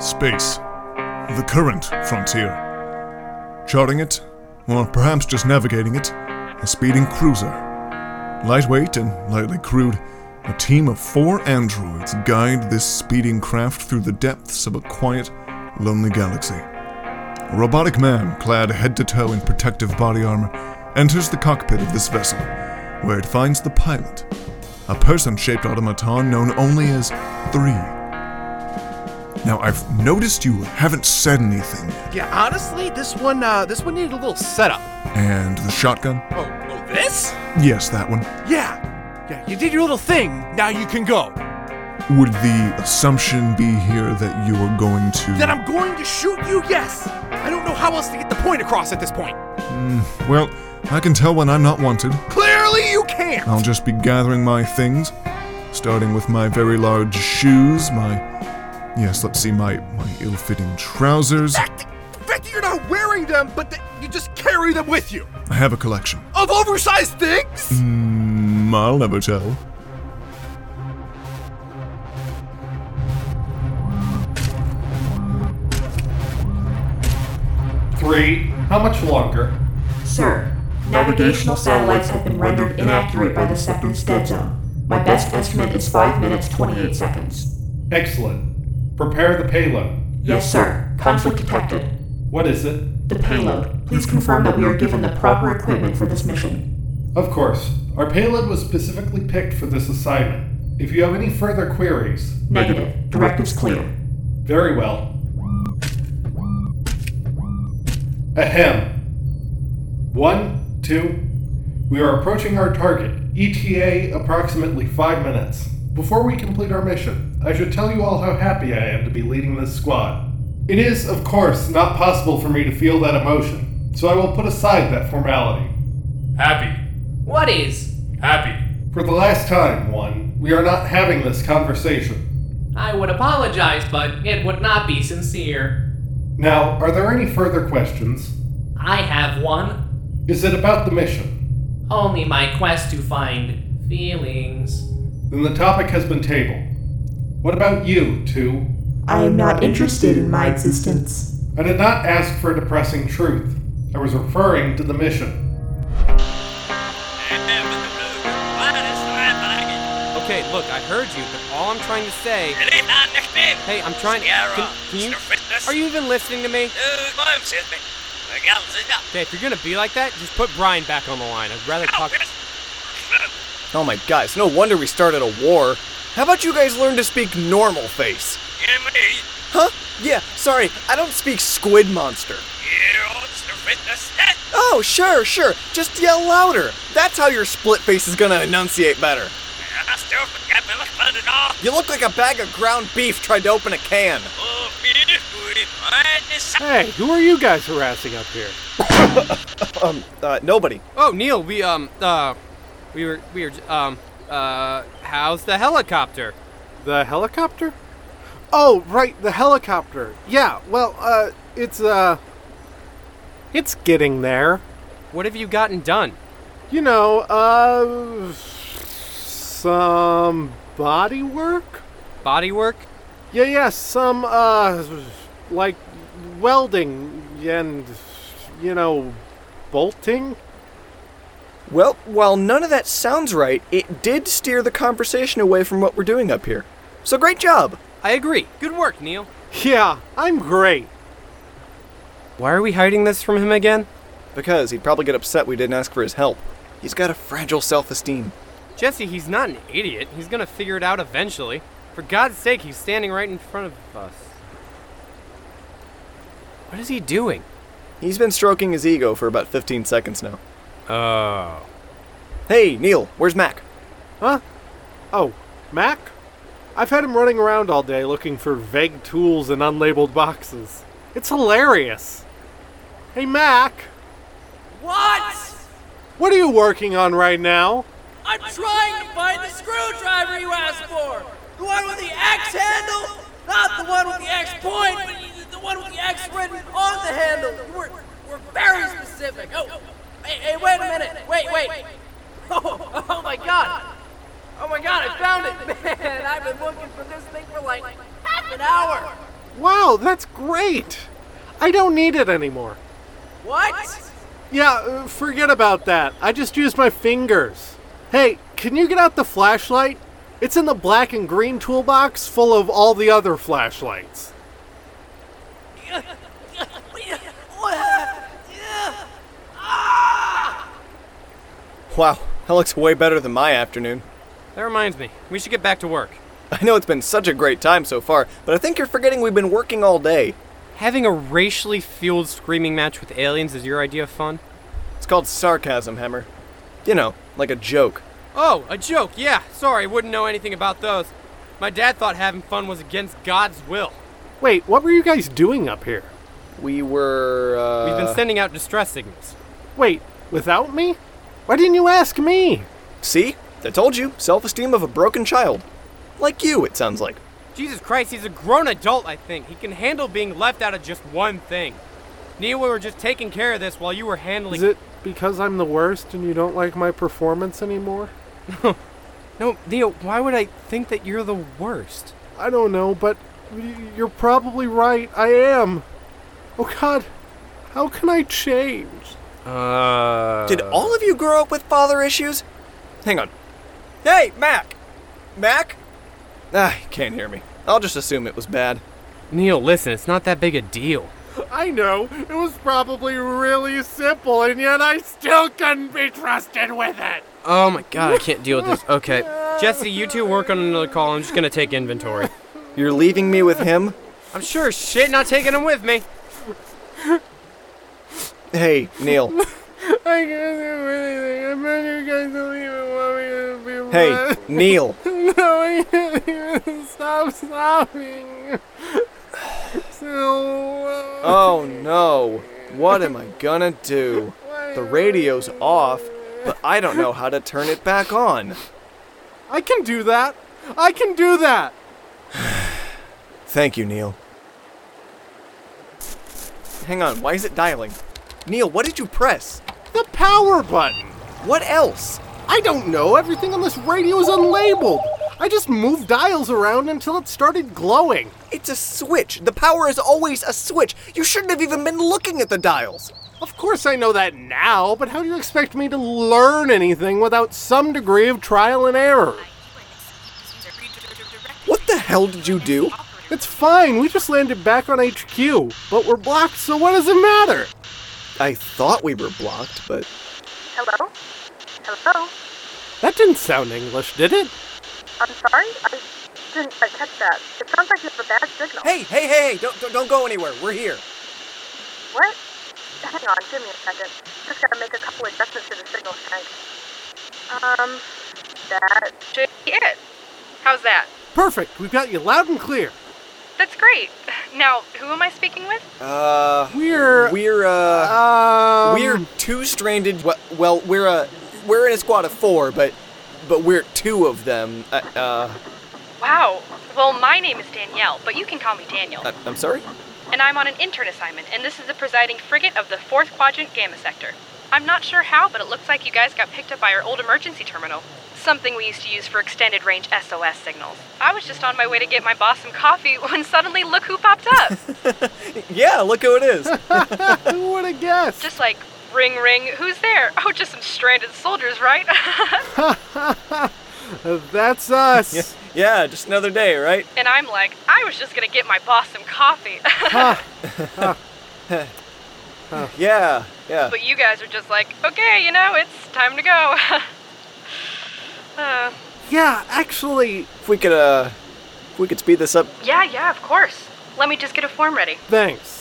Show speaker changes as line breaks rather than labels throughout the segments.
space, the current frontier. Charting it, or perhaps just navigating it, a speeding cruiser. Lightweight and lightly crewed, a team of four androids guide this speeding craft through the depths of a quiet, lonely galaxy. A robotic man, clad head to toe in protective body armor, enters the cockpit of this vessel, where it finds the pilot, a person shaped automaton known only as Three. Now, I've noticed you haven't said anything,
Yeah, honestly, this one, uh, this one needed a little setup.
and the shotgun?
Oh, oh, this?
Yes, that one.
Yeah, yeah. You did your little thing. Now you can go.
Would the assumption be here that you are going to.
Then I'm going to shoot you. Yes. I don't know how else to get the point across at this point.
Well, I can tell when I'm not wanted.
Clearly, you can't.
I'll just be gathering my things, starting with my very large shoes, my. Yes, let's see, my, my ill fitting trousers.
Fact- The fact that you're not wearing them, but that you just carry them with you.
I have a collection.
Of oversized things?
Mm, I'll never tell.
Three. How much longer?
Sir, navigational satellites have been rendered inaccurate by the second's dead zone. My best estimate is 5 minutes 28 seconds.
Excellent. Prepare the payload.
Yes, sir. Conflict detected.
What is it?
The payload. Please confirm that we are given the proper equipment for this mission.
Of course. Our payload was specifically picked for this assignment. If you have any further queries,
Negative. Directives clear.
very well. Ahem. One, two. We are approaching our target, ETA approximately five minutes. Before we complete our mission, I should tell you all how happy I am to be leading this squad. It is, of course, not possible for me to feel that emotion, so I will put aside that formality. Happy.
What is?
Happy. For the last time, one, we are not having this conversation.
I would apologize, but it would not be sincere.
Now, are there any further questions?
I have one.
Is it about the mission?
Only my quest to find feelings.
Then the topic has been tabled. What about you, two?
I am not interested in my existence.
I did not ask for a depressing truth. I was referring to the mission.
Okay, look, I heard you, but all I'm trying to say. Hey, I'm trying. Can, can you? Are you even listening to me? Okay, if you're gonna be like that, just put Brian back on the line. I'd rather talk.
Oh my god, it's no wonder we started a war. How about you guys learn to speak normal face? Huh? Yeah, sorry, I don't speak squid monster. Oh, sure, sure. Just yell louder. That's how your split face is gonna enunciate better. You look like a bag of ground beef tried to open a can.
Hey, who are you guys harassing up here?
Um, uh, nobody.
Oh, Neil, we um uh, we were we were um uh, how's the helicopter?
The helicopter? Oh, right, the helicopter. Yeah, well, uh, it's, uh. It's getting there.
What have you gotten done?
You know, uh. Some body work?
Body work?
Yeah, yeah, some, uh. Like welding and, you know, bolting?
Well, while none of that sounds right, it did steer the conversation away from what we're doing up here. So great job.
I agree. Good work, Neil.
Yeah, I'm great.
Why are we hiding this from him again?
Because he'd probably get upset we didn't ask for his help. He's got a fragile self esteem.
Jesse, he's not an idiot. He's gonna figure it out eventually. For God's sake, he's standing right in front of us. What is he doing?
He's been stroking his ego for about 15 seconds now.
Oh.
Hey, Neil, where's Mac?
Huh? Oh, Mac? I've had him running around all day looking for vague tools and unlabeled boxes. It's hilarious. Hey, Mac,
What?
what are you working on right now?
I'm trying to find the screwdriver you asked for! The one with the axe handle! Not the one with the axe point, but the one with the axe written on the handle! We're, we're very specific! Oh, hey, hey, wait a minute! Wait, wait! Oh, oh my god! Oh my god, I found it! Man, I've been looking for this thing for like half an hour!
Wow, that's great! I don't need it anymore.
What?
Yeah, uh, forget about that. I just used my fingers. Hey, can you get out the flashlight? It's in the black and green toolbox full of all the other flashlights.
Wow, that looks way better than my afternoon.
That reminds me, we should get back to work.
I know it's been such a great time so far, but I think you're forgetting we've been working all day.
Having a racially fueled screaming match with aliens is your idea of fun?
It's called sarcasm, Hammer. You know, like a joke.
Oh, a joke, yeah. Sorry, wouldn't know anything about those. My dad thought having fun was against God's will.
Wait, what were you guys doing up here?
We were, uh.
We've been sending out distress signals.
Wait, without me? Why didn't you ask me?
uh, See? I told you, self esteem of a broken child. Like you, it sounds like.
Jesus Christ, he's a grown adult, I think. He can handle being left out of just one thing. Me and we were just taking care of this while you were handling.
Is it because I'm the worst and you don't like my performance anymore?
No, Neo, why would I think that you're the worst?
I don't know, but y- you're probably right. I am. Oh god, how can I change?
Uh.
Did all of you grow up with father issues? Hang on. Hey, Mac! Mac? Ah, he can't hear me. I'll just assume it was bad.
Neil, listen, it's not that big a deal.
I know, it was probably really simple, and yet I still couldn't be trusted with it.
Oh my god, I can't deal with this. Okay. Jesse, you two work on another call. I'm just gonna take inventory.
You're leaving me with him?
I'm sure as shit not taking him with me.
Hey, Neil.
I can't do anything. I bet you guys don't even want me to be
Hey, Neil.
No, I can't even stop sobbing. So, uh,
Oh no. What am I gonna do? The radio's off, but I don't know how to turn it back on.
I can do that. I can do that.
Thank you, Neil. Hang on, why is it dialing? Neil, what did you press?
The power button.
What else?
I don't know. Everything on this radio is unlabeled. I just moved dials around until it started glowing.
It's a switch. The power is always a switch. You shouldn't have even been looking at the dials.
Of course, I know that now, but how do you expect me to learn anything without some degree of trial and error?
What the hell did you do?
It's fine, we just landed back on HQ, but we're blocked, so what does it matter?
I thought we were blocked, but
Hello? Hello?
That didn't sound English, did it?
I'm sorry? I didn't quite catch that. It sounds like you have a bad signal.
Hey, hey, hey, hey, don't, don't don't go anywhere. We're here.
What? Hang on, give me a second. Just gotta make a couple adjustments to the signal strength. Um, that should be it. How's that?
Perfect, we've got you loud and clear.
That's great. Now, who am I speaking with?
Uh
We're.
we're uh
um,
we're two stranded we- well, we're uh we're in a squad of 4, but but we're two of them. Uh, uh
Wow. Well, my name is Danielle, but you can call me Daniel.
I- I'm sorry.
and I'm on an intern assignment, and this is the presiding frigate of the 4th Quadrant Gamma Sector. I'm not sure how, but it looks like you guys got picked up by our old emergency terminal, something we used to use for extended range SOS signals. I was just on my way to get my boss some coffee when suddenly look who popped up!
Yeah, look who it is.
Who would have guessed?
just like, ring ring, who's there? Oh, just some stranded soldiers, right?
That's us.
yeah, just another day, right?
and I'm like, I was just gonna get my boss some coffee.
Yeah. Yeah.
but you guys are just like, okay, you know, it's time to go. uh,
yeah, actually,
If we could uh if we could speed this up.
yeah, yeah, of course. Let me just get a form ready.
thanks.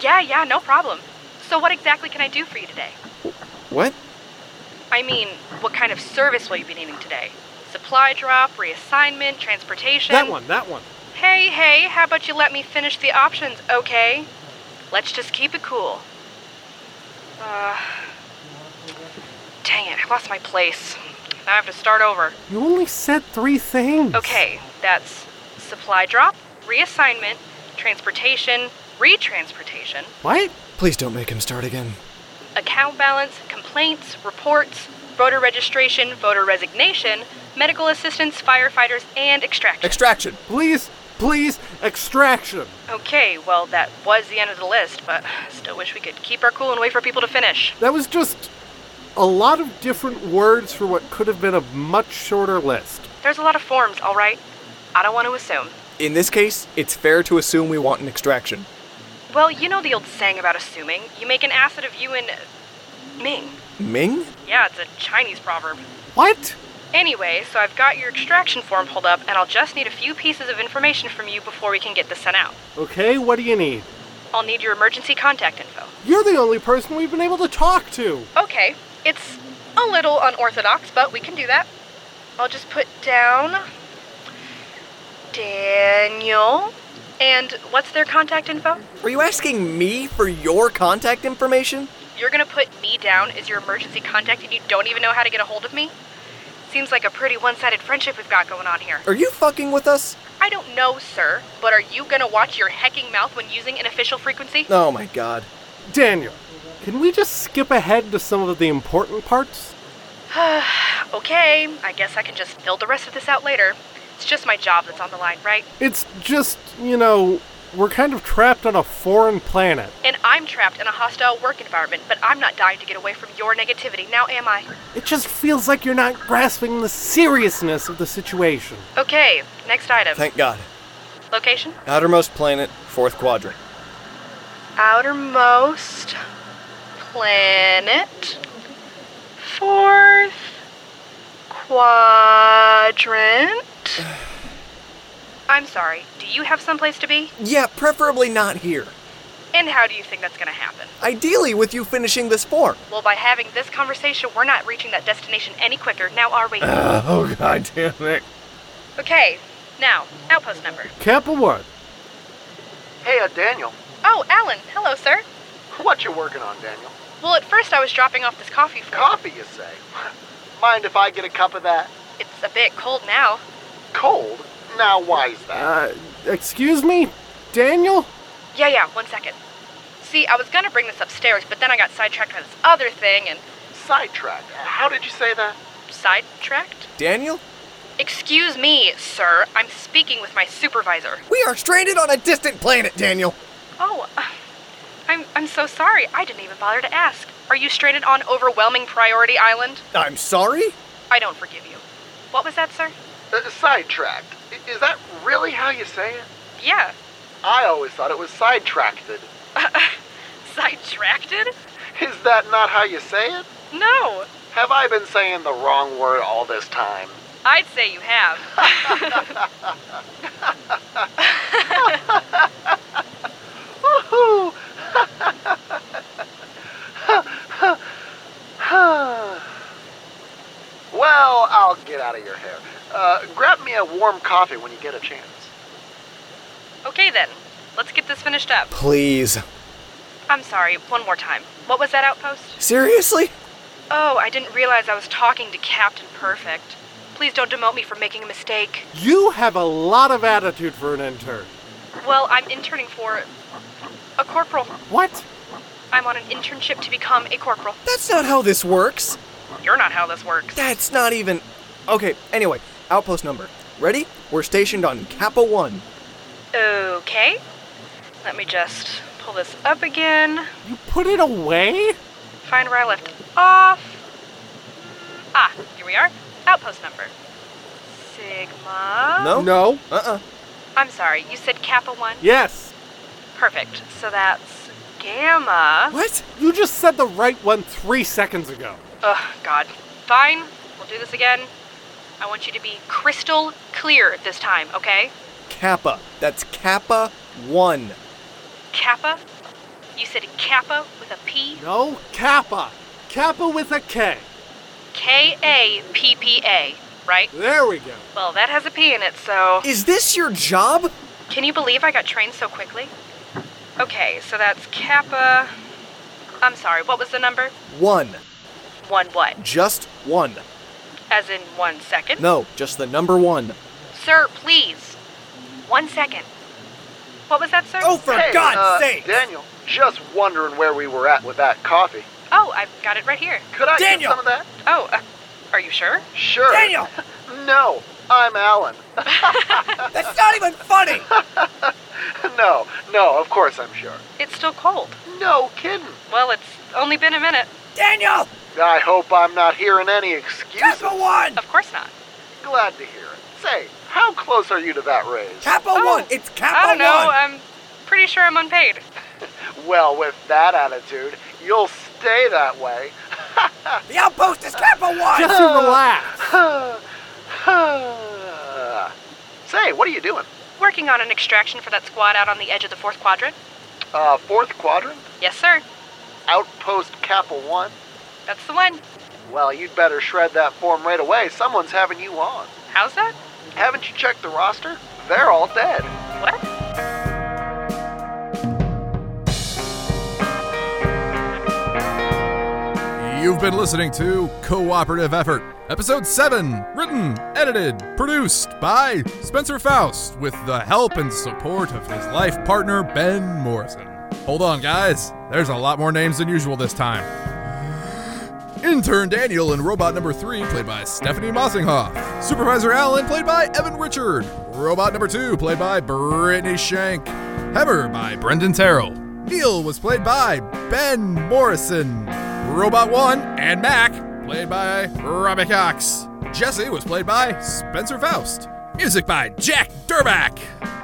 Yeah, yeah, no problem. So, what exactly can I do for you today?
What?
I mean, what kind of service will you be needing today? Supply drop, reassignment, transportation?
That one, that one.
Hey, hey, how about you let me finish the options, okay? Let's just keep it cool. Uh. Dang it, I lost my place. Now I have to start over.
You only said three things.
Okay, that's supply drop, reassignment, transportation, retransportation,
What?
Please don't make him start again.
account balance, complaints, reports, voter registration, voter resignation, medical assistance, firefighters, and extraction.
Extraction.
Please, Please, extraction.
Okay, well, that was the end of the list, but still wish we could keep our cool and wait for people to finish.
That was just a lot of different words for what could have been a much shorter list.
There's a lot of forms, all right? I don't want to assume.
In this case, it's fair to assume we want an extraction.
Well, you know the old saying about assuming. You make an asset of you and. Ming.
Ming?
Yeah, it's a Chinese proverb.
What?
Anyway, so I've got your extraction form pulled up, and I'll just need a few pieces of information from you before we can get this sent out.
Okay, what do you need?
I'll need your emergency contact info.
You're the only person we've been able to talk to.
Okay, it's a little unorthodox, but we can do that. I'll just put down Daniel. And what's their contact info?
Are you asking me for your contact information?
You're gonna put me down as your emergency contact and you don't even know how to get a hold of me? Seems like a pretty one sided friendship we've got going on here.
Are you fucking with us?
I don't know, sir, but are you gonna watch your hecking mouth when using an official frequency?
Oh my god.
Daniel, can we just skip ahead to some of the important parts?
okay, I guess I can just fill the rest of this out later. It's just my job that's on the line, right?
It's just, you know, we're kind of trapped on a foreign planet.
And I'm trapped in a hostile work environment, but I'm not dying to get away from your negativity, now am I?
It just feels like you're not grasping the seriousness of the situation.
Okay, next item.
Thank god.
Location?
Outermost planet, fourth quadrant.
Outermost planet. Fourth quadrant. I'm sorry, do you have someplace to be?
Yeah, preferably not here.
And how do you think that's gonna happen?
Ideally, with you finishing this form.
Well, by having this conversation, we're not reaching that destination any quicker, now are we?
Oh, god damn it.
Okay, now, outpost number.
Kappa what?
Hey, uh, Daniel.
Oh, Alan, hello, sir.
What you working on, Daniel?
Well, at first I was dropping off this coffee for
Coffee, you say? Mind if I get a cup of that?
It's a bit cold now.
Cold? Now, why's that?
Uh, excuse me? Daniel?
Yeah, yeah, one second. See, I was gonna bring this upstairs, but then I got sidetracked by this other thing and
Sidetracked. How did you say that?
sidetracked?
Daniel?
Excuse me, sir. I'm speaking with my supervisor.
We are stranded on a distant planet, Daniel!
Oh, uh, I'm I'm so sorry. I didn't even bother to ask. Are you stranded on overwhelming priority island?
I'm sorry?
I don't forgive you. What was that, sir?
Uh, sidetracked. I- Is that really how you say it?
Yeah,
I always thought it was sidetracked.
sidetracked?
Is that not how you say it?
No,
Have I been saying the wrong word all this time?
I'd say you have.
Woohoo! well, I'll get out of your hair. Uh, grab me a warm coffee when you get a chance.
Okay then, let's get this finished up.
Please.
I'm sorry. One more time. What was that outpost?
Seriously?
Oh, I didn't realize I was talking to Captain Perfect. Please don't demote me for making a mistake.
You have a lot of attitude for an intern.
Well, I'm interning for a corporal.
What?
I'm on an internship to become a corporal.
That's not how this works.
You're not how this works.
That's not even. Okay, anyway, outpost number. Ready? We're stationed on Kappa 1.
Okay. Let me just pull this up again.
You put it away?
Find where I left off. Ah, here we are. Outpost number. Sigma.
No?
No.
Uh uh
I'm sorry, you said Kappa 1?
Yes.
Perfect. So that's Gamma.
What?
You just said the right one three seconds ago.
Ugh, God. Fine, we'll do this again. I want you to be crystal clear this time, okay?
Kappa. That's Kappa 1.
Kappa? You said Kappa with a P?
No, Kappa. Kappa with a K.
K A P P A, right?
There we go.
Well, that has a P in it, so.
Is this your job?
Can you believe I got trained so quickly? Okay, so that's Kappa. I'm sorry, what was the number?
One.
One what?
Just one.
As in one second?
No, just the number one.
Sir, please. One second. What was that, sir?
Oh, for
hey,
God's
uh,
sake!
Daniel, just wondering where we were at with that coffee.
Oh, I've got it right here.
Could I
Daniel!
get some of that?
Oh, uh, are you sure?
Sure.
Daniel!
No,
I'm Alan.
That's not even funny!
no, no, of course I'm sure.
It's still cold.
No kidding.
Well, it's only been a minute.
Daniel!
I hope I'm not hearing any excuses.
Kappa 1!
Of course not.
Glad to hear it. Say, how close are you to that raise?
Kappa
Oh,
1! It's Kappa
I don't know.
1!
I'm pretty sure I'm unpaid.
Well, with that attitude, you'll stay that way.
The outpost is Kappa 1!
Just relax.
Say, what are you doing?
Working on an extraction for that squad out on the edge of the fourth quadrant?
Uh, fourth quadrant?
Yes, sir.
Outpost Kappa 1?
That's the one.
Well, you'd better shred that form right away. Someone's having you on.
How's that?
Haven't you checked the roster? They're all dead.
What?
You've been listening to Cooperative Effort, Episode 7, written, edited, produced by Spencer Faust, with the help and support of his life partner, Ben Morrison. Hold on, guys. There's a lot more names than usual this time. Intern Daniel and Robot Number 3, played by Stephanie Mossinghoff. Supervisor Alan, played by Evan Richard. Robot Number 2, played by Brittany Shank. Heber by Brendan Terrell. Neil was played by Ben Morrison. Robot 1 and Mac, played by Robbie Cox. Jesse was played by Spencer Faust. Music by Jack Durback.